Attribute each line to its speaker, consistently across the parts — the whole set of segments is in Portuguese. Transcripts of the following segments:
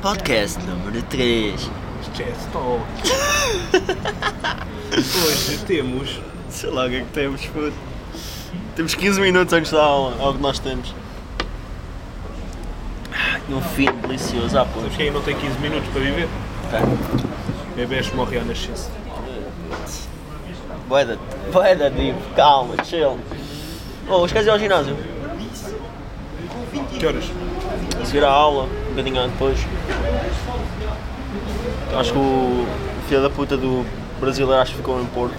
Speaker 1: Podcast número 3.
Speaker 2: Jazz Talk. Hoje temos.
Speaker 1: Sei lá o que é que temos, puto. Temos 15 minutos antes da aula, é o que nós temos. Ai, Um fim delicioso à
Speaker 2: Sabes
Speaker 1: pois.
Speaker 2: quem não tem 15 minutos para viver? Bebês morre à nascença.
Speaker 1: Boeda, boeda, digo, calma, chill. Oh, esquece ao ginásio.
Speaker 2: Que horas?
Speaker 1: A seguir a aula, um bocadinho depois. Acho que o filho da puta do brasileiro acho que ficou em Porto.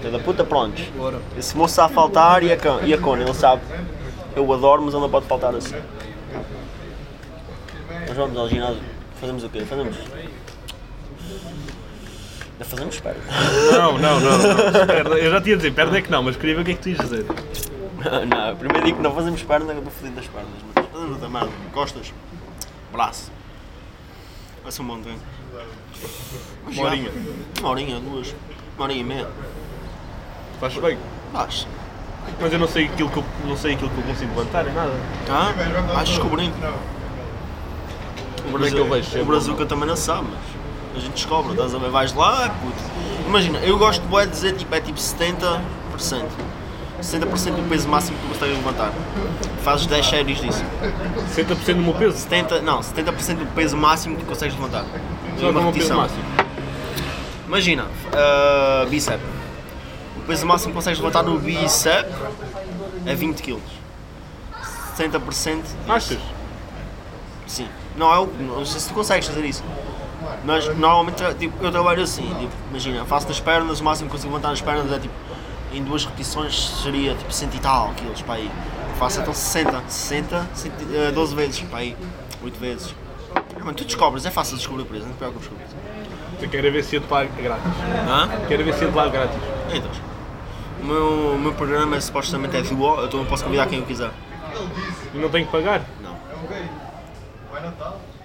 Speaker 1: Filho da puta, prontos.
Speaker 2: Bora.
Speaker 1: Esse moço sabe faltar e a, can- e a cona, ele sabe. Eu o adoro, mas ele não pode faltar assim. Mas vamos ao ginásio. Fazemos o quê? Fazemos. Ainda fazemos, espera.
Speaker 2: Não, não, não. não. Perna- Eu já tinha a dizer, perna é que não, mas queria ver o que é que tu ias dizer.
Speaker 1: não, primeiro digo que não fazemos perna, que eu estou fodido das pernas. Mas fazemos outra merda. Costas, braço. Vai ser um bom treino. Mas já.
Speaker 2: Uma horinha.
Speaker 1: Uma horinha, duas. Uma horinha e meia.
Speaker 2: Faz bem.
Speaker 1: Vais.
Speaker 2: Mas eu não sei aquilo que eu, não sei aquilo que eu consigo levantar, nem nada.
Speaker 1: Tá? Vais descobrindo. O
Speaker 2: Como é que eu vejo
Speaker 1: O
Speaker 2: sempre?
Speaker 1: Brazuca também não sabe, mas a gente descobre, estás a ver? Vais lá, puto. Imagina, eu gosto de bué de dizer tipo, é tipo 70%. 70% do peso máximo que tu consegues levantar. Fazes 10 séries disso.
Speaker 2: 60% do meu peso.
Speaker 1: 70, não, 70% do peso máximo que tu consegues levantar.
Speaker 2: Só
Speaker 1: Numa
Speaker 2: é o meu peso
Speaker 1: repetição.
Speaker 2: máximo.
Speaker 1: Imagina, ah, bíceps. O peso máximo que consegues levantar no bíceps é 20 kg. 60%
Speaker 2: Achas?
Speaker 1: Sim. Não, é o- não sei se tu consegues fazer isso. Mas normalmente tipo, eu trabalho assim, tipo, imagina, faço das pernas, o máximo que consigo levantar as pernas é tipo, em duas repetições seria tipo 100 e tal quilos para aí. Faço então 60, 60, 100 e- eh, 12 vezes para aí, 8 vezes. Ah, Mano, tu descobres, é fácil descobrir por isso, não te preocupes com isso.
Speaker 2: Eu quero é ver se eu te largo grátis.
Speaker 1: Hã?
Speaker 2: Quero é ver se eu te largo grátis.
Speaker 1: Então, o meu, o meu programa é, supostamente é duo, então eu posso convidar quem eu quiser.
Speaker 2: E não tenho que pagar.
Speaker 1: Não.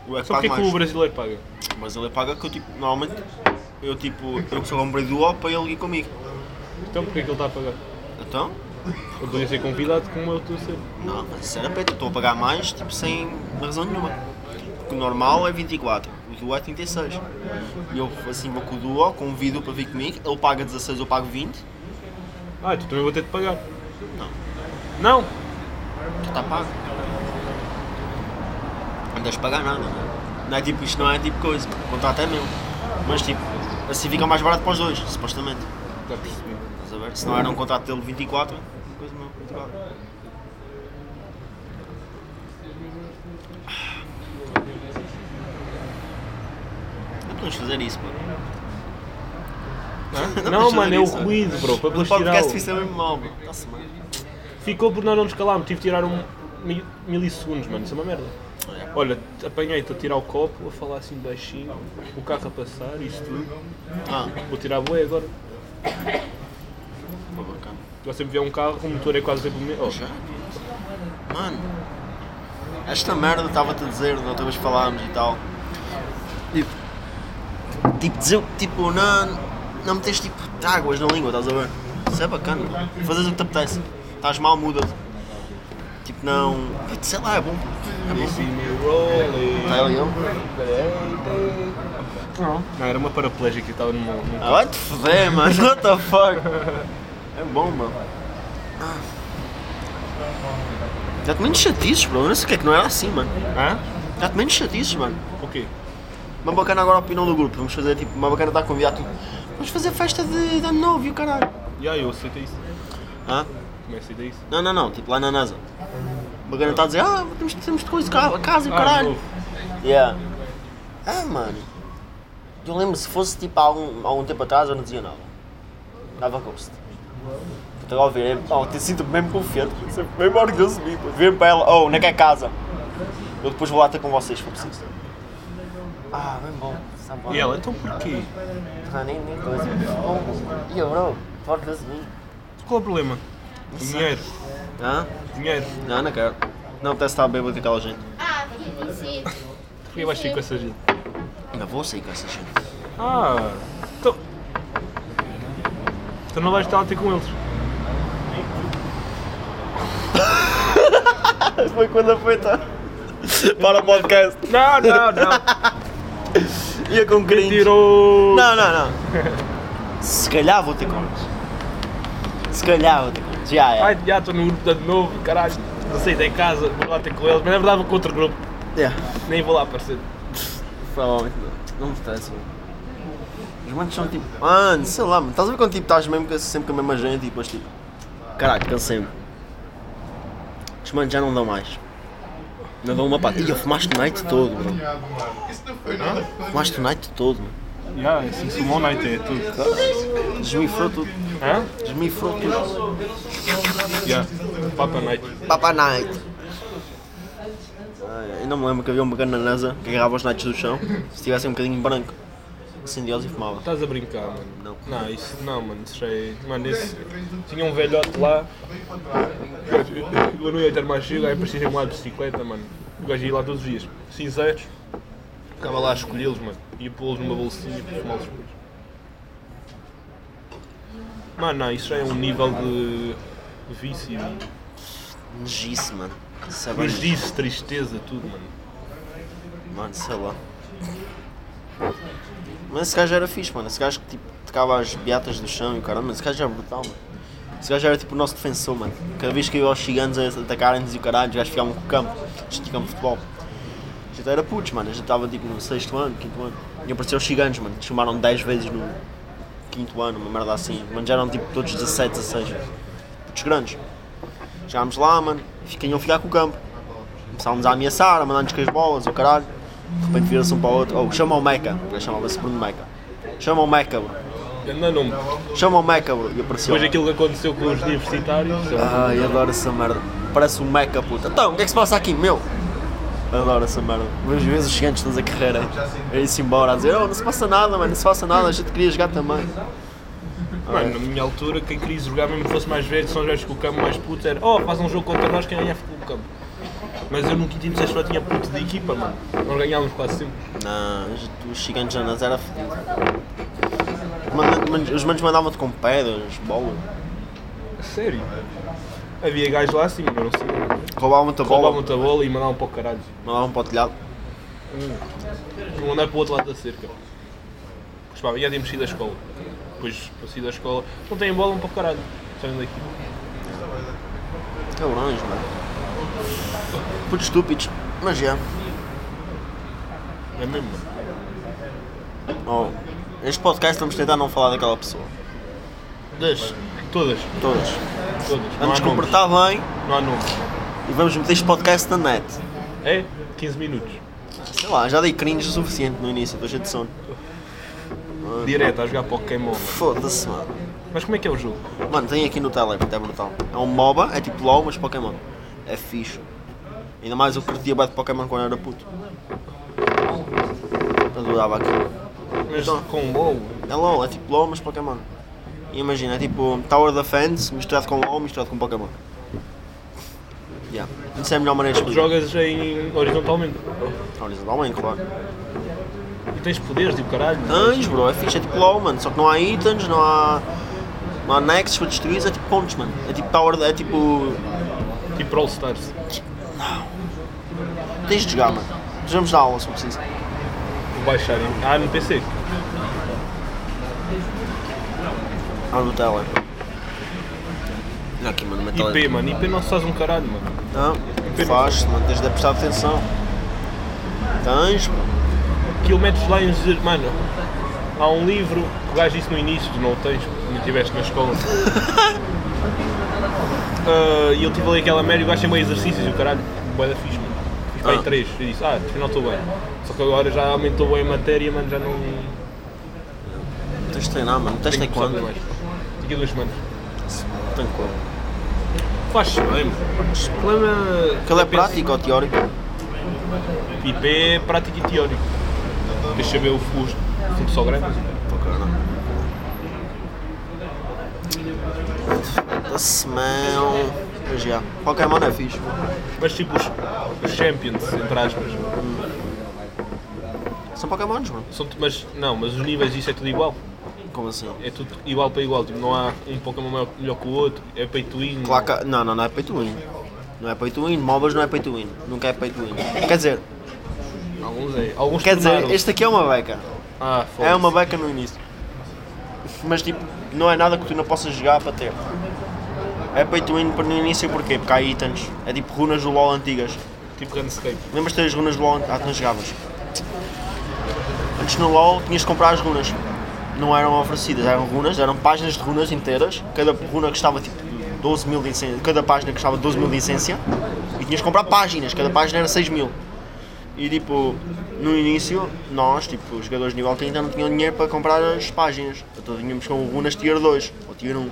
Speaker 1: O é que
Speaker 2: Só
Speaker 1: paga
Speaker 2: porque é que o
Speaker 1: mais.
Speaker 2: brasileiro paga?
Speaker 1: Mas ele paga que eu tipo, normalmente, eu tipo, eu só comprei do O para ele ir comigo.
Speaker 2: Então porque é que ele está a pagar?
Speaker 1: Então,
Speaker 2: Eu podia ser convidado como eu estou a ser.
Speaker 1: não, mas isso era peito, eu estou a pagar mais, tipo, sem razão nenhuma. Porque o normal é 24, o Duo é 36. E eu assim vou com o Duo, convido para vir comigo, ele paga 16, eu pago 20,
Speaker 2: Ah, tu também vou ter de pagar.
Speaker 1: Não.
Speaker 2: Não?
Speaker 1: Tá está pago. Não tens de pagar nada. não é? Não é tipo, isto não é tipo coisa, o contrato é meu. Mas tipo, assim fica mais barato para os dois, supostamente.
Speaker 2: Já
Speaker 1: tá
Speaker 2: percebi.
Speaker 1: Estás a ver? Se não era um contrato dele 24, coisa não, é 24. Não podemos fazer isso, pô.
Speaker 2: Hã?
Speaker 1: Não,
Speaker 2: Não,
Speaker 1: mas
Speaker 2: mano, é o
Speaker 1: isso, olha.
Speaker 2: ruído, bro. Foi para
Speaker 1: O
Speaker 2: depois tirar
Speaker 1: podcast
Speaker 2: o-
Speaker 1: fica mesmo mal, pô. Está-se mal.
Speaker 2: Ficou por nós não nos calarmos. Tive de tirar um mi- milissegundos, mano. Isso é uma merda.
Speaker 1: Olha,
Speaker 2: Olha, te- apanhei-te a tirar o copo, a falar assim baixinho, o carro a passar, isso tudo.
Speaker 1: Ah,
Speaker 2: Vou tirar a boia agora.
Speaker 1: pô, bacana.
Speaker 2: Já sempre vier um carro, o motor é quase sempre o mesmo. Oh,
Speaker 1: Já? Mano, esta merda estava-te a dizer, da outra vez falámos e tal. Tipo, tipo, dizer, tipo não, não metes tipo águas na língua, estás a ver? Isso é bacana, mano. fazes o que te apetece. Estás mal, muda-te. Tipo, não. Puto, Sei lá, é bom. É bom. Está ele e eu? Tá.
Speaker 2: Não, era uma paraplégica e estava numa... num-
Speaker 1: Ah, vai te foder, mano. What the fuck? É bom, mano. Dá-te menos chatices, bro. Eu não sei o que é que não era assim, mano.
Speaker 2: Hã?
Speaker 1: Dá-te menos chatices, mano.
Speaker 2: O quê?
Speaker 1: Uma bacana agora é a opinião do grupo. Vamos fazer tipo, uma bacana está a convidar tudo. Vamos fazer festa de, de ano novo e o caralho.
Speaker 2: E aí, eu aceitei isso. é
Speaker 1: Hã?
Speaker 2: Também aceitei isso.
Speaker 1: Não, não, não. Tipo lá na NASA. O bacana está a dizer, ah, temos, temos de coisa, ca- casa e o
Speaker 2: Ah,
Speaker 1: caralho.
Speaker 2: novo.
Speaker 1: Yeah. Ah, mano. Eu lembro se fosse tipo há algum, algum tempo atrás eu não dizia nada. Dava ghost. Puta, Agora virei, oh, te sinto mesmo confiante, sempre mesmo orgulhoso de mim. puto. Virei para ela, oh, não quer casa. Eu depois vou lá ter com vocês se for preciso. Ah, bem bom. sabe lá.
Speaker 2: E ela, então porquê?
Speaker 1: Ah, nem, nem coisa. Oh, E eu, bro, tu orgulhoso de mim.
Speaker 2: Qual é o problema? Dinheiro.
Speaker 1: Hã?
Speaker 2: Dinheiro.
Speaker 1: Não, não quero. Não, parece estar bêbado com aquela gente.
Speaker 3: Ah, fiquei vencido.
Speaker 2: Porquê vais sair com essa gente?
Speaker 1: Não vou sair com essa gente.
Speaker 2: Ah, então... Então não vais estar a ter com eles.
Speaker 1: Foi quando foi, tá? Para o podcast.
Speaker 2: Não, não, não.
Speaker 1: Ia com cringe.
Speaker 2: Tirou.
Speaker 1: Não, não, não. Se calhar vou ter contas. Se calhar vou ter contas. Já,
Speaker 2: Ai,
Speaker 1: é.
Speaker 2: já estou no grupo da de novo, caralho. Não sei, da casa, vou lá ter com eles, mas na verdade vou com outro grupo.
Speaker 1: Já.
Speaker 2: Nem vou lá aparecer.
Speaker 1: Provavelmente não. Não me interessa. mano. Os manos são tipo. Mano, sei lá, mano. Estás a ver quando tipo, estás mesmo com- sempre com a mesma gente e depois tipo. Caralho, cansei-me. Os manos já não dão mais. Não dão uma pata. Ia, fumaste o night todo, mano. Fumaste o night todo, mano.
Speaker 3: Yeah, isso, isso, uma night é tudo.
Speaker 1: Desmifrou tudo.
Speaker 2: Hã?
Speaker 1: Desmifrou tudo.
Speaker 3: Yeah.
Speaker 2: Papa Night.
Speaker 1: Papa Night. Ai, ainda me lembro que havia um bacana na NASA que agarrava os nights do chão. Se tivesse um bocadinho branco, acendia-os e fumava.
Speaker 2: Estás a brincar, mano.
Speaker 1: Não.
Speaker 2: Não, isso não, mano. Isso já é. Mano, esse. Tinha um velhote lá. Eu não ia ter mais chego, aí parecia uma bicicleta, mano. O gajo ia lá todos os dias. Cinzeiros. Ficava lá a escolhê-los, mano. Ia pô-los numa bolsinha para fumá-los depois. Mano, não, isso já é um nível de vício.
Speaker 1: Nojice, mano. Isso é bem
Speaker 2: Mas disse tristeza, tudo, mano.
Speaker 1: Mano, sei lá. Mas esse gajo era fixe, mano. Esse gajo que tipo, tocava as beatas do chão e o caralho, mano, esse gajo era brutal, mano. Esse gajo era tipo o nosso defensor, mano. Cada vez que eu ia aos gigantes a atacarem-nos e o caralho, os gajos ficavam com o campo. A gente tinha campo de futebol. A gente era putos, mano. A gente estava tipo no sexto ano, quinto ano. E apareceram os gigantes, mano. Chamaram 10 vezes no quinto ano, uma merda assim. Mano, já eram tipo todos 17, 16. Putos grandes. Chegámos lá, mano. Fiquem a ficar com o campo. Começámos a ameaçar, a mandar-nos com as bolas, o caralho. De repente vira-se um para o outro. Oh, chama o Meca. O gajo chamava-se Bruno Meca. Chama o Meca, bro.
Speaker 2: Não, não.
Speaker 1: Chama o Ah, Meca, bro. E apareceu.
Speaker 2: Depois aquilo que aconteceu com os universitários. isso é uma-
Speaker 1: Ai, adoro essa merda. Parece um Meca, puta. Então, o que é que se passa aqui, meu? Adoro essa merda. Vejo vezes os gigantes da carreira. É isso embora a dizer, oh, não se passa nada, mano, não se passa nada, a gente queria jogar também.
Speaker 2: Mano, na minha altura, quem queria jogar, mesmo que fosse mais velho, são os gajos com o campo mais putos, era, oh, faz um jogo contra nós, quem ganhar fica com o campo. Mas eu no quinto e no sexto só tinha puto de equipa, mano. Nós ganhávamos quase sempre.
Speaker 1: Não, os- os gigantes da NASA era fodido. Manda- man- Os manos mandavam-te com pedras, bola.
Speaker 2: A sério? Havia gajos lá assim, mas eu não sei.
Speaker 1: Roubavam-te a bola,
Speaker 2: Roubavam-te a bola e mandavam para o caralho.
Speaker 1: mandavam para o telhado.
Speaker 2: Iam andar para o outro lado da cerca. Pois pá, já tínhamos saído da escola. Depois, para sair da escola, não têm bola, vão para o caralho. Saem daqui.
Speaker 1: Cabrões, É mano. Putos estúpidos. Mas já.
Speaker 2: É mesmo, mano.
Speaker 1: Oh, este podcast vamos tentar não falar daquela pessoa.
Speaker 2: Das, todas,
Speaker 1: Todas.
Speaker 2: todas. Não
Speaker 1: Vamos
Speaker 2: há nomes.
Speaker 1: comportar bem
Speaker 2: Não há nomes.
Speaker 1: e vamos meter este podcast na net.
Speaker 2: É? 15 minutos.
Speaker 1: Sei lá, já dei cringe o suficiente no início, estou cheio de sono.
Speaker 2: Direto, a jogar Pokémon.
Speaker 1: Foda-se, mano.
Speaker 2: Mas como é que é o jogo?
Speaker 1: Mano, tem aqui no teleport, é brutal. É um MOBA, é tipo LOL, mas Pokémon. É fixe. Ainda mais eu curtia bem de Pokémon quando era puto. Adorava aquilo.
Speaker 2: Mas
Speaker 1: Então.
Speaker 2: com um WoW?
Speaker 1: É LOL, é tipo LOL, mas Pokémon. E imagina, é tipo Tower Defense misturado com LOL, misturado com Pokémon. Yeah. Isso é a melhor maneira de explicar.
Speaker 2: Jogas em horizontalmente.
Speaker 1: Horizontalmente, claro.
Speaker 2: E tens poderes, tipo caralho.
Speaker 1: Tens, bro, é fixe, é tipo LOL, mano. Só que não há itens, não há. Não há nexus para destruir, é tipo pontos, mano. É tipo Tower, é tipo.
Speaker 2: Tipo Brawl Stars.
Speaker 1: Tens de jogar, mano. Vamos na aula se for preciso.
Speaker 2: Vou baixar em... Ah, no
Speaker 1: Tá
Speaker 2: PC.
Speaker 1: Ah, no tele. Não, aqui, mano, uma tele.
Speaker 2: IP, mano. IP não se faz um caralho, mano.
Speaker 1: Não,
Speaker 2: IP não.
Speaker 1: faz, mano, tens de prestar atenção. Tens, mano.
Speaker 2: Aquilo metes lá em... dizer, Mano, há um livro que o gajo disse no início, tu não o tens, porque não estiveste na escola. Ah, E eu tive ali aquela merda e o gajo tem meio exercícios e o caralho. Boa da fixe, mano. Fiz para
Speaker 1: Ah.
Speaker 2: aí três. E disse, ah, afinal estou bem. Só que agora já aumentou bem a matéria, mano, já não...
Speaker 1: Tens de treinar, mano. Tens
Speaker 2: tenho
Speaker 1: de
Speaker 2: que começar
Speaker 1: é quando?
Speaker 2: mais. Daqui a duas semanas.
Speaker 1: Tenho quando.
Speaker 2: Faz bem, mas o problema.
Speaker 1: Aquilo é prático ou teórico?
Speaker 2: IP é prático e teórico. Deixa eu ver o fuso, fundo só grande.
Speaker 1: The smell. Mas já. Pokémon é fixe.
Speaker 2: Mas tipo os, os champions, entre aspas.
Speaker 1: São Pokémons, mano.
Speaker 2: São, tu- mas não, mas os níveis disso é tudo igual.
Speaker 1: Como assim?
Speaker 2: É tudo igual para igual. Tipo, não há um Pokémon maior- melhor que o outro. É peito in.
Speaker 1: Claro que. Não, não, não é peito win. Não é pay to win. MOBAs não é pay to win. Nunca é pay to win. Quer dizer,
Speaker 2: Alguns é. Alguns
Speaker 1: quer dizer
Speaker 2: tornaram.
Speaker 1: este aqui é uma beca.
Speaker 2: Ah,
Speaker 1: É
Speaker 2: foda-se.
Speaker 1: uma beca no início. Mas tipo, não é nada que tu não possas jogar para ter. É pay to win para no início porquê? Porque há itens. É tipo runas do LOL antigas.
Speaker 2: Tipo Runescape.
Speaker 1: Lembras-te das runas do LOL? Ah, tu não jogavas. Antes no LOL tinhas de comprar as runas. Não eram oferecidas, eram runas, eram páginas de runas inteiras. Cada runa custava tipo 12 mil de licença. Cada página custava 12 mil de licença. E tinhas de comprar páginas, cada página era 6 mil. E tipo, no início, nós, tipo, os jogadores de nível 30 não tinham dinheiro para comprar as páginas. Então tínhamos com runas tier 2 ou tier 1.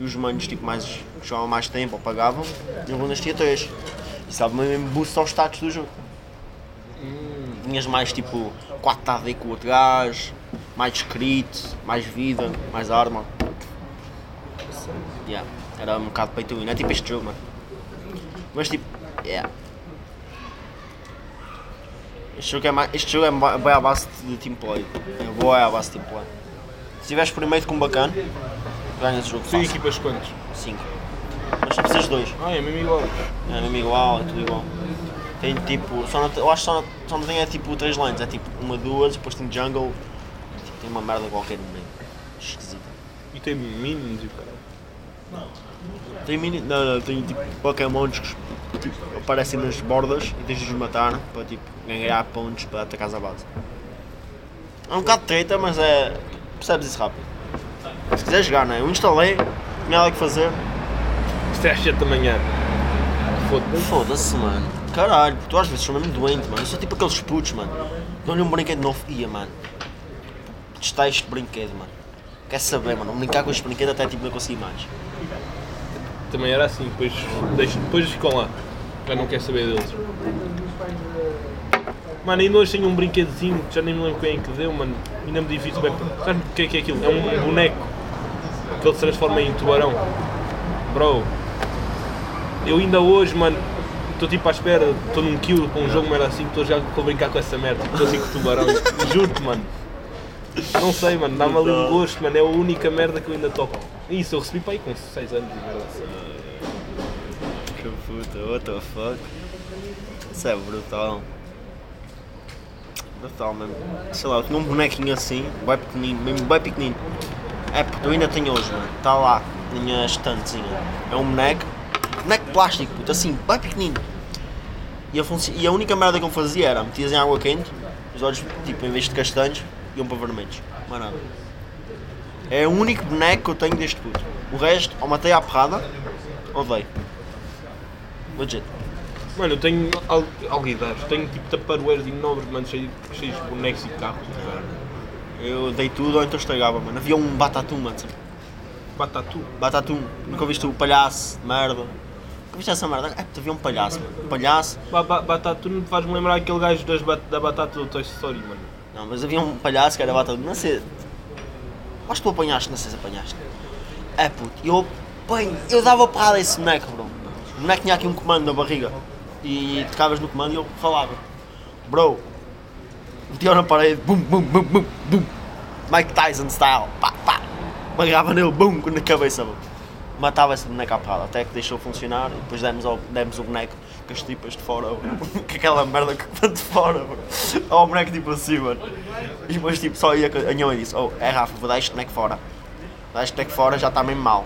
Speaker 1: E os manos, tipo, mais, que jogavam mais tempo ou pagavam, tinham runas tier 3. Isso dava mesmo boost ao status do jogo. Tinhas mais tipo 4 AD com o outro gajo, mais crit, mais vida, mais arma. Yeah, era um bocado pay to win, é tipo este jogo, mano. Mas tipo, yeah. Este jogo é, mais, este jogo é ba- bem à base de team play. É boa é à base de team play. Se tiveres primeiro com um bacana, ganhas o jogo
Speaker 2: Tu e
Speaker 1: fácil.
Speaker 2: equipas quantos?
Speaker 1: 5. Mas só precisas de dois.
Speaker 2: Ah, é mesmo igual.
Speaker 1: É mesmo igual, é tudo igual. Tem tipo, só não, te- eu acho que só não, só não tem é tipo três lanes, é tipo uma, duas, depois tem jungle, tipo, tem uma merda qualquer no meio. Esquisito.
Speaker 2: E tem mínimos e caralho.
Speaker 1: Tem mini. Não, não, tem tipo pokémons que tipo, aparecem nas bordas e tens de os matar para tipo ganhar pontos para atacar a base. É um bocado treta, mas é. percebes isso rápido. Se quiser jogar, não é? Eu instalei, não tinha nada que fazer.
Speaker 2: Isto é às 7 da manhã. Foda-se.
Speaker 1: Foda-se, mano. Caralho, tu às vezes sou mesmo doente, mano. Eu sou tipo aqueles putos, mano. Dão-lhe um brinquedo novo. Ia, mano. Testar este brinquedo, mano. Quer saber, mano? Brincar com este brinquedo até tipo não consegui mais.
Speaker 2: Também era assim, depois, deixa, depois ficam lá. Já não quer saber deles. Mano, ainda hoje tenho um brinquedozinho que já nem me lembro quem é que deu, mano. Ainda me divido bem. Sabes o que é que é aquilo? É um boneco que ele se transforma em tubarão. Bro, eu ainda hoje, mano, estou tipo à espera, estou num kill com um jogo, mas era assim, estou já a brincar com essa merda. Estou assim com o tubarão, juro-te, mano. Não sei, mano, dá-me ali um gosto, mano. É a única merda que eu ainda topo. Isso, eu recebi para aí com 6 anos de merda assim.
Speaker 1: Que puta, what the fuck? Isso é brutal. Brutal mesmo. Sei lá, eu tinha um bonequinho assim, bem pequenino, mesmo bem pequenino. É, puto, eu ainda tenho hoje, mano. Está lá, na minha estantezinha. É um boneco, boneco de plástico, puto, assim, bem pequenino. E a, funci- e a única merda que eu fazia era metias em água quente, os olhos, tipo, em vez de castanhos, iam para vermelhos. Mais nada. É o único boneco que eu tenho deste puto. O resto, ou matei à porrada, ou dei. Legit.
Speaker 2: Mano, eu tenho al- alguidares, tenho tipo taparoeiros enormes, mano, cheios cheio de bonecos e carros, cara.
Speaker 1: Eu dei tudo ou então estragava, mano. Havia um batatum, mano. sabe?
Speaker 2: Batatu.
Speaker 1: Batatum. Nunca viste o palhaço, merda. Nunca viste essa merda? É, havia um palhaço, mano. Um palhaço.
Speaker 2: Ba ba batatu não te faz-me lembrar aquele gajo das bat- da batata do Toy Story, mano.
Speaker 1: Não, mas havia um palhaço que era batatum. Não sei. Acho que tu apanhaste, não sei se apanhaste. É puto, eu apanho. Eu dava parada a esse boneco, bro. O boneco tinha aqui um comando na barriga. E tocavas no comando e ele falava. Bro. Metia na parede. Bum, bum, bum, bum, bum. Mike Tyson style. Pá, pá. Pagava nele, bum, na cabeça, bro. Matava esse boneco à parada, até que deixou funcionar e depois demos, ao, demos o boneco com as tripas de fora, bro. com aquela merda que vem de fora, bro. Ao boneco tipo assim, mano. E depois tipo, só ia com- a minha mãe disse, oh, é Rafa, vou dar este boneco fora. Dá este boneco fora, já está mesmo mal.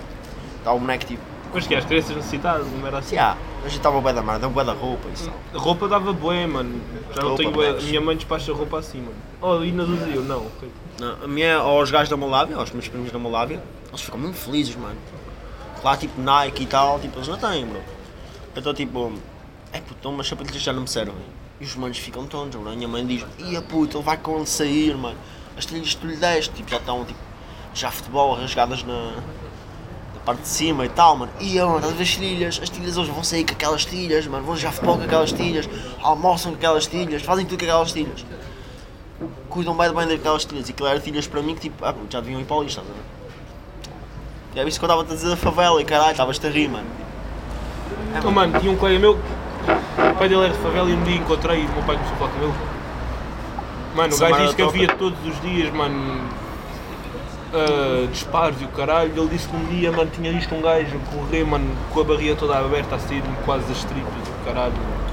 Speaker 1: Está o boneco tipo,
Speaker 2: Mas que as crianças necessitadas, não era assim.
Speaker 1: se há, mas já estava bué da merda, bué da roupa e só.
Speaker 2: A roupa dava boé, mano. Já não
Speaker 1: Roupa,
Speaker 2: tenho bué. A
Speaker 1: bonecos.
Speaker 2: minha mãe despacha roupa assim, mano. Oh, e nas usei eu? Não. ok.
Speaker 1: Não, a minha, aos gajos da Molávia, aos meus primos da Molávia, eles ficam muito felizes, mano. Lá, tipo, Nike e tal, tipo, eles não têm, bro. Eu estou tipo, é puto, mas sapatilhas já não me servem. E os manos ficam tontos, bro. A minha mãe diz, ia puto, ele vai com onde sair, mano. As trilhas que tu lhe deste, tipo, já estão, tipo, já futebol rasgadas na, na parte de cima e tal, mano. Ia, mano, estás a ver as trilhas, as trilhas eles vão sair com aquelas trilhas, mano. Vão já futebol com aquelas trilhas, almoçam com aquelas trilhas, fazem tudo com aquelas trilhas cuidam bem, bem daquelas telhas. E aquilo era telhas para mim que tipo, ah, puto, já deviam ir para o lixo, estás a ver? E é isso que eu estava a dizer da favela e caralho, estavas-te a rir, mano.
Speaker 2: Oh, mano, tinha um colega meu, o pai dele era de favela e um dia encontrei e o meu pai começou a falar com ele. Mano, o
Speaker 1: Essa
Speaker 2: gajo
Speaker 1: merda
Speaker 2: disse que
Speaker 1: toca.
Speaker 2: havia todos os dias, mano. ah, disparos e o caralho, ele disse que um dia, mano, tinha visto um gajo correr, mano, com a barriga toda aberta a sair quase das tripas e o caralho. mano.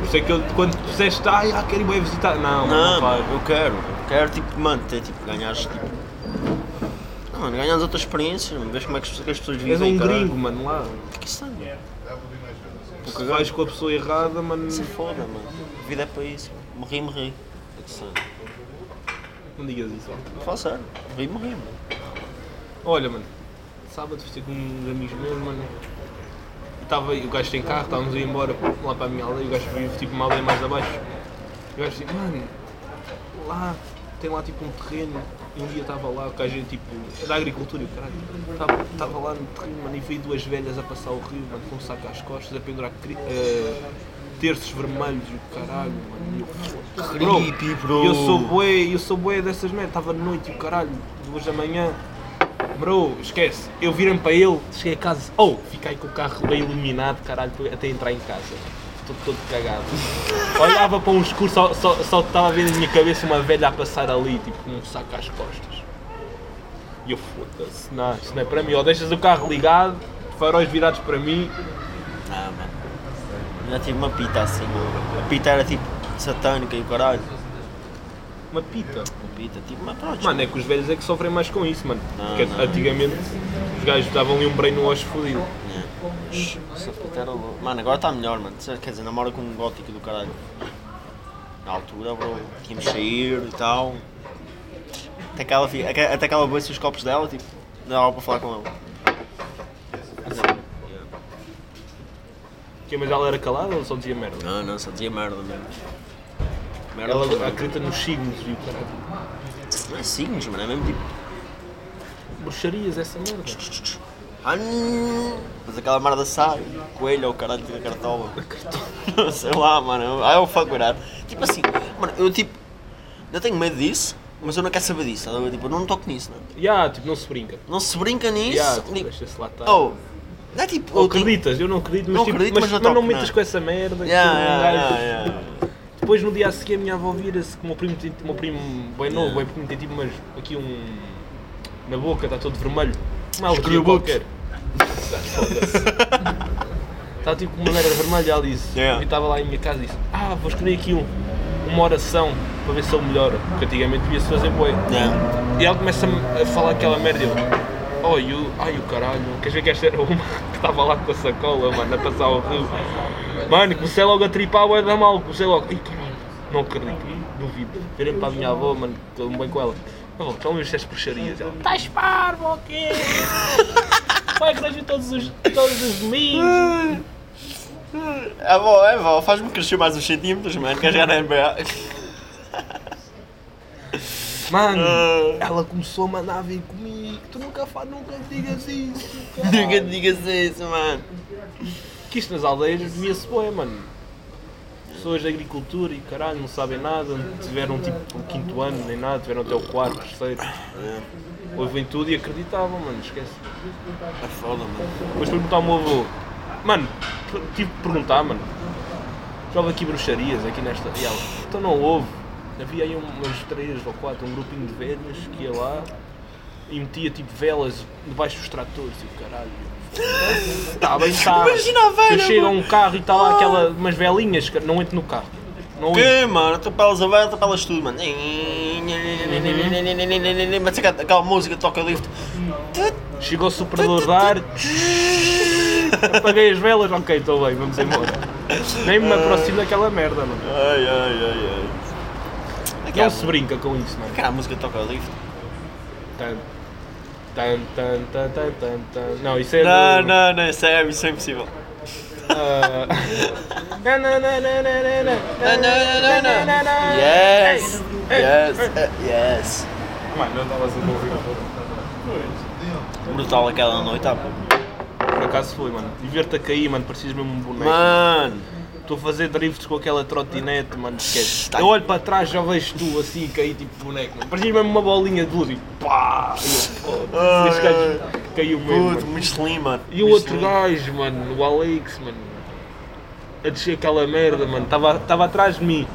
Speaker 2: Por isso é que eu, quando tu disseste, ah, ah, quero ir bem visitar. Não,
Speaker 1: Não,
Speaker 2: mano, não,
Speaker 1: eu quero. Quero, tipo, mano, ter, tipo, ganhares, tipo... Não, Mano, ganhas outras experiências, mano. Vês como é que as pessoas- que as pessoas
Speaker 2: vai. És
Speaker 1: vivem,
Speaker 2: um
Speaker 1: caralho.
Speaker 2: gringo, mano, lá.
Speaker 1: Que isso tem, mano?
Speaker 2: Se tu vais com a pessoa errada, mano,
Speaker 1: Se foda, mano. A vida é para isso. mano. Morri, morri. É que sabe.
Speaker 2: não digas isso.
Speaker 1: Fala sério. Morri, morri, mano.
Speaker 2: Olha, mano, sábado fui ter com uns amigos meus, mano. E Tava, o gajo tem carro, estávamos a ir embora lá para a minha aldeia, o gajo vive tipo uma aldeia mais abaixo. E o gajo disse, mano, lá, tem lá tipo um terreno. E um dia estava lá, o gajo é tipo, é da agricultura, e o caralho. Estava lá no terreno, mano, e vi duas velhas a passar o rio, mano, com um saco às costas, a pendurar cri- eh, terços vermelhos e o caralho, mano. E eu,
Speaker 1: Creepy, bro.
Speaker 2: Eu sou bué, eu sou bué dessas merdas. Estava de noite e o caralho, duas da manhã. Bro, esquece. Eu virei para ele, cheguei a casa e disse, oh, fiquei com o carro bem iluminado, caralho, até entrar em casa. Estou todo cagado. Olhava para um escuro, só, só, só estava a ver na minha cabeça uma velha a passar ali, tipo, com um saco às costas. E eu, foda-se, não, isso não é para mim. Ou deixas o carro ligado, faróis virados para mim.
Speaker 1: Ah, mano. Já tive uma pita assim, mano. A pita era, tipo, satânica e o caralho.
Speaker 2: Uma pita.
Speaker 1: Uma pita, tipo, mas pronto.
Speaker 2: Mano, é que os velhos é que sofrem mais com isso, mano.
Speaker 1: Não,
Speaker 2: Porque
Speaker 1: não.
Speaker 2: antigamente os gajos davam ali um brain wash fodido.
Speaker 1: É. Shhh, Essa fita era louca. Mano, agora está melhor, mano. Sério, Quer dizer, namora com um gótico do caralho. Na altura, bro, tínhamos sair e tal. Até que ela, fi- aca- até que ela bebesse os copos dela, tipo, não dava para falar com ela.
Speaker 2: Que, mas ela era calada ou só dizia merda?
Speaker 1: Ah, Não, não, só dizia merda mesmo. Merda
Speaker 2: Ela
Speaker 1: ela
Speaker 2: acredita nos signos e o caralho.
Speaker 1: Não é signos, mano, é mesmo tipo.
Speaker 2: Bruxarias, essa merda.
Speaker 1: "Hum", Mas aquela merda sai, coelho ou caralho tira cartola. Não sei lá, mano. Ah, eu fuck with that. Tipo assim, mano, eu tipo. Eu tenho medo disso, mas eu não quero saber disso. Sabe? Eu, tipo, eu não toco nisso, não.
Speaker 2: Ya, tipo, não se brinca.
Speaker 1: Não se brinca nisso.
Speaker 2: Ya, tipo,
Speaker 1: Ni-
Speaker 2: deixa-se lá estar.
Speaker 1: Oh, não é tipo.
Speaker 2: Ou
Speaker 1: eu tenho-
Speaker 2: acreditas, eu não acredito, mas,
Speaker 1: Não
Speaker 2: tipo,
Speaker 1: acredito,
Speaker 2: mas,
Speaker 1: mas não
Speaker 2: mas não
Speaker 1: toco,
Speaker 2: metas
Speaker 1: não.
Speaker 2: com essa merda. que
Speaker 1: Ya,
Speaker 2: tu não
Speaker 1: ya,
Speaker 2: gajo.
Speaker 1: ya, ya.
Speaker 2: Depois no dia a seguir a minha avó vira-se, que o meu primo, tem- o meu primo bem novo, bem pequeno, tem tipo umas, aqui um... na boca, está todo vermelho. Uma alergia qualquer. Está tipo uma merda vermelha, ela disse.
Speaker 1: Yeah.
Speaker 2: E estava lá em minha casa e disse, ah, vou escrever aqui um, uma oração para ver se eu melhoro. Porque antigamente devia-se fazer boi.
Speaker 1: Yeah.
Speaker 2: E ela começa a falar aquela merda e eu, oh, e o- ai o caralho, queres ver que esta era uma que estava lá com a sacola, mano, a passar o rio. Mano, comecei logo a tripar, ué, da mal, comecei logo, ai caralho, não acredito, duvido. Virei para a minha avó, mano, estou bem com ela. Oh, estão ali os testes bruxarias. Ela, estás parvo, ok? Vai acreditar todos os, todos os domingos.
Speaker 1: É bom, é bom. Faz-me crescer mais uns centímetros, mano. Quer chegar na NBA?
Speaker 2: Mano, ela começou a mandar vir comigo, tu nunca faz, nunca digas isso, caralho.
Speaker 1: Nunca digas isso, mano.
Speaker 2: Que isto nas aldeias devia-se bem, mano. Pessoas da agricultura e caralho, não sabem nada, não tiveram tipo o quinto ano nem nada, tiveram até o quarto, terceiro. Ouvem tudo e acreditavam, mano, esquece.
Speaker 1: É foda, mano.
Speaker 2: Depois perguntar ao meu avô, mano, per- tive que perguntar, mano. Já houve aqui bruxarias, aqui nesta. E ela, então não houve. Havia aí umas três ou quatro, um grupinho de velhas que ia lá e metia tipo velas debaixo dos tratores e o caralho. Está bem, está.
Speaker 1: Imagina a velha,
Speaker 2: Se chega
Speaker 1: mano. Ah.
Speaker 2: um carro e está lá aquela, umas velinhas, cara, não entro no carro. Não entro.
Speaker 1: Que, mano? Tu pelas abertas, pelas tudo, mano. Mas é que aquela música toca lift.
Speaker 2: Chegou o supervisor da área, apaguei as velas, ok, estou bem, vamos embora. Nem
Speaker 1: Ah.
Speaker 2: me aproximo daquela merda, mano.
Speaker 1: Ai, ai, ai, ai.
Speaker 2: Não
Speaker 1: Aquela,
Speaker 2: se brinca com isso, mano.
Speaker 1: aquela música toca lift.
Speaker 2: Tan, tan, tan, tan, tan, tan, tan. Não, isso é.
Speaker 1: Não,
Speaker 2: do-
Speaker 1: não, não. Isso é, isso é impossível.
Speaker 2: Ah. Na, na, na, na, na, na, na.
Speaker 1: Não, não, não, não, não. Yes. Yes. eh, Yes.
Speaker 3: Mano, eu estava a ouvir a
Speaker 1: Brutal aquela noite, ah, pô.
Speaker 2: Por acaso foi, mano. E ver-te a cair, mano, precisas mesmo um boneco.
Speaker 1: Mano.
Speaker 2: Estou a fazer drifts com aquela trotinete, mano, esquece.
Speaker 1: Está-
Speaker 2: Eu olho para trás, já vejo tu assim cair tipo boneco, mano. Parecias mesmo uma bolinha de luz e pá! E eu, pô,
Speaker 1: Ai,
Speaker 2: Este gajo caiu mesmo.
Speaker 1: Puto,
Speaker 2: mano.
Speaker 1: muito slim, mano.
Speaker 2: E o
Speaker 1: Muito
Speaker 2: outro
Speaker 1: slim.
Speaker 2: gajo, mano, o Alex, mano, a descer aquela merda, mano, estava atrás de mim.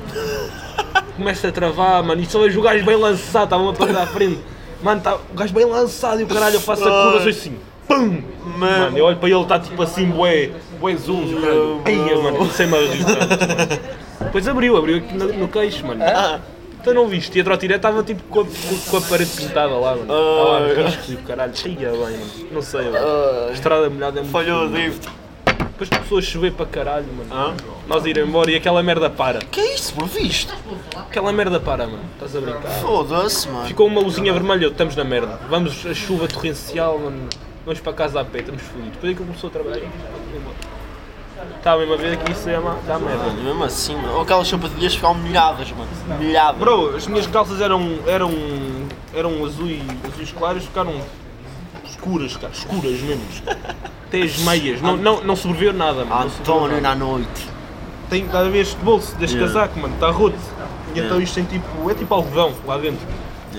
Speaker 2: Começa a travar, mano, e só vejo o gajo bem lançado, estava-me a passar à frente. Mano, tá, o gajo bem lançado e o caralho, eu faço a curva, eu sou assim, pum!
Speaker 1: Mano.
Speaker 2: Mano. eu olho para ele, está tipo assim, bué, bué zooms, e o caralho. Eia, mano, comecei-me a rir tanto, mano. Depois abriu, abriu aqui no, no queixo, mano.
Speaker 1: Ah.
Speaker 2: Então não viste, e a trotiré estava tipo com a, com- com a parede pintada lá, mano.
Speaker 1: Ah.
Speaker 2: Ah, eu escolhi o caralho, cheia bem, mano. Não sei, mano.
Speaker 1: Ah.
Speaker 2: A estrada molhada é muito.
Speaker 1: Falhou o
Speaker 2: fina.
Speaker 1: drift.
Speaker 2: Depois começou a chover para caralho, mano.
Speaker 1: Hã?
Speaker 2: Nós ir embora e aquela merda para.
Speaker 1: Que é isso, bro? Viste?
Speaker 2: Aquela merda para, mano. Estás a brincar?
Speaker 1: Foda-se, mano.
Speaker 2: Ficou uma luzinha vermelha, estamos na merda. Vamos, a chuva torrencial, mano. Vamos para casa a pé, estamos fodidos. Depois é que ele começou a trabalhar. Está mesmo a ver aqui, isso é uma, dá merda.
Speaker 1: Mano, mesmo assim, mano. Aquelas sapatilhas ficaram milhadas, mano. Milhadas.
Speaker 2: Bro, as minhas calças eram, eram, eram azul e, azuis claros, ficaram escuras, cara, escuras mesmo. Até as meias, não, não, não sobreviveu nada, mano. Não sobreviveu
Speaker 1: António
Speaker 2: nada.
Speaker 1: na noite.
Speaker 2: Tem, dá a ver este bolso deste
Speaker 1: Yeah.
Speaker 2: casaco, mano, está roto. E
Speaker 1: Yeah.
Speaker 2: então isto tem tipo, é tipo algodão lá dentro.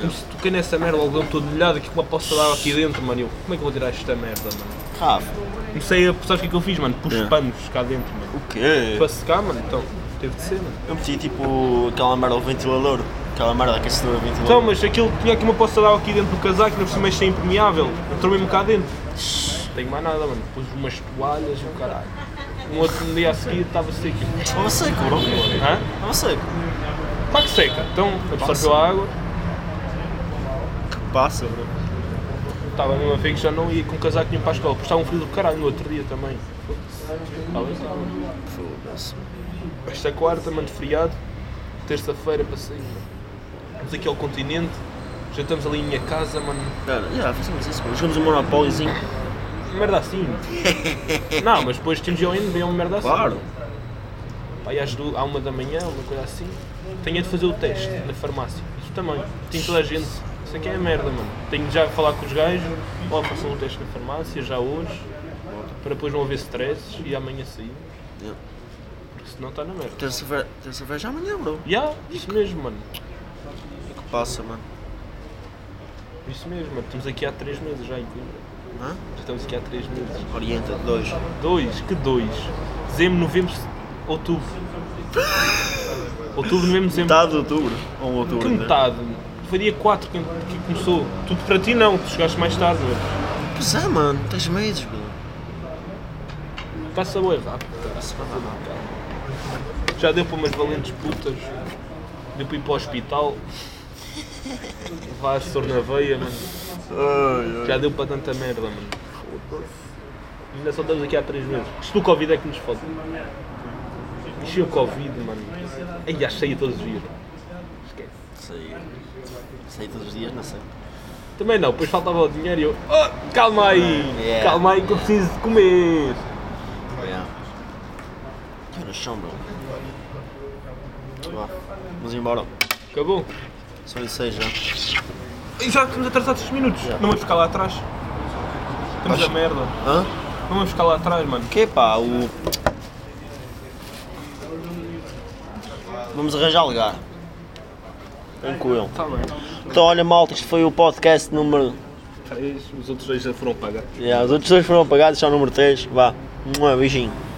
Speaker 2: Como se toquei nessa merda, o algodão todo molhado, aquilo lá possa dar aqui dentro, mano. Eu, como é que eu vou tirar esta merda, mano?
Speaker 1: Ah,
Speaker 2: Comecei a, sabes o que é que eu fiz, mano? Pus
Speaker 1: Yeah.
Speaker 2: panos cá dentro, mano.
Speaker 1: o quê?
Speaker 2: Para secar, mano, então, teve de ser, mano.
Speaker 1: Eu meti tipo aquela merda ao ventilador. Aquela merda aquecedora
Speaker 2: Então,
Speaker 1: ventilador.
Speaker 2: mas aquilo tinha aqui uma poça d'água aqui dentro do casaco, ainda por cima isto é impermeável. Entrou mesmo cá dentro. Não tenho mais nada, mano. Pus umas toalhas e o caralho. Um outro no dia a seguir estava seco.
Speaker 1: Estava seco, bro.
Speaker 2: Hã?
Speaker 1: Estava seco.
Speaker 2: Claro que seca. Então, absorveu a água.
Speaker 1: Que passa, bro.
Speaker 2: Estava mesmo a ver que já não ia com casaco nenhum para a escola, porque estava um frio do caralho no outro dia também. Estava estava.
Speaker 1: Foda-se.
Speaker 2: Esta é quarta, mano, feriado, terça-feira passei. Vamos aqui ao continente, já estamos ali em minha casa, mano.
Speaker 1: Cara, já, fazemos isso, bro. Jogamos um monopólizinho.
Speaker 2: Merda assim. não, mas depois temos de ir ao NB, é uma merda assim.
Speaker 1: Claro.
Speaker 2: Aí às du- à uma da manhã, uma coisa assim. Tenho de fazer o teste na farmácia. Isso também. Tem toda a gente. Isso aqui é merda, mano. Tenho de já falar com os gajos. Ó, façam o teste na farmácia já hoje. Para depois não haver stresses e amanhã sair.
Speaker 1: Yeah.
Speaker 2: Porque senão está na merda.
Speaker 1: Terça-feira terça-feira já é amanhã, bro.
Speaker 2: Ya, isso mesmo, mano.
Speaker 1: Que passa, mano.
Speaker 2: Isso mesmo, mano. Estamos aqui há três meses já em Coimbra.
Speaker 1: Hã?
Speaker 2: Já Estamos aqui há três meses.
Speaker 1: Orienta, dois.
Speaker 2: Dois? Que dois? Dezembro, novembro, se- outubro. Outubro, novembro, dezembro.
Speaker 1: Metade de outubro. Tá Ou um outubro,
Speaker 2: Que
Speaker 1: né?
Speaker 2: metade? Foi dia 4 que, que começou. Tudo para ti não, tu chegaste mais tarde. meu.
Speaker 1: Pois é, mano. Tens medos, bro.
Speaker 2: Passa bem rápido. Passa bué rápido. Já deu para umas valentes putas. Deu para ir para o hospital. Vai soro na veia, mano.
Speaker 1: Ai,
Speaker 2: Já deu para tanta merda, mano. Ainda só estamos aqui há 3 meses. Isto do Covid é que nos falta. Encheu o Covid, mano. Ai, achei todos os dias. Esquece.
Speaker 1: Sei. Sei todos os dias, não sei.
Speaker 2: Também não, depois faltava o dinheiro e eu. Oh, calma aí!
Speaker 1: Yeah.
Speaker 2: Calma aí que eu preciso de comer!
Speaker 1: Yeah. Que horas são, bro? Vá. Vamos embora.
Speaker 2: Acabou?
Speaker 1: São em seis já.
Speaker 2: E já estamos atrasados 6 minutos.
Speaker 1: Yeah.
Speaker 2: Não vamos ficar lá atrás. Estamos a merda.
Speaker 1: Hã?
Speaker 2: Não vamos ficar lá atrás, mano.
Speaker 1: Que pá, o. Vamos arranjar lugar. Tranquilo.
Speaker 2: Está Tá bem.
Speaker 1: Então, olha, malta, isto foi o podcast número.
Speaker 2: Três, os outros dois já foram pagar.
Speaker 1: Yeah, os outros dois foram apagados, só o número 3. Vá. Um beijinho.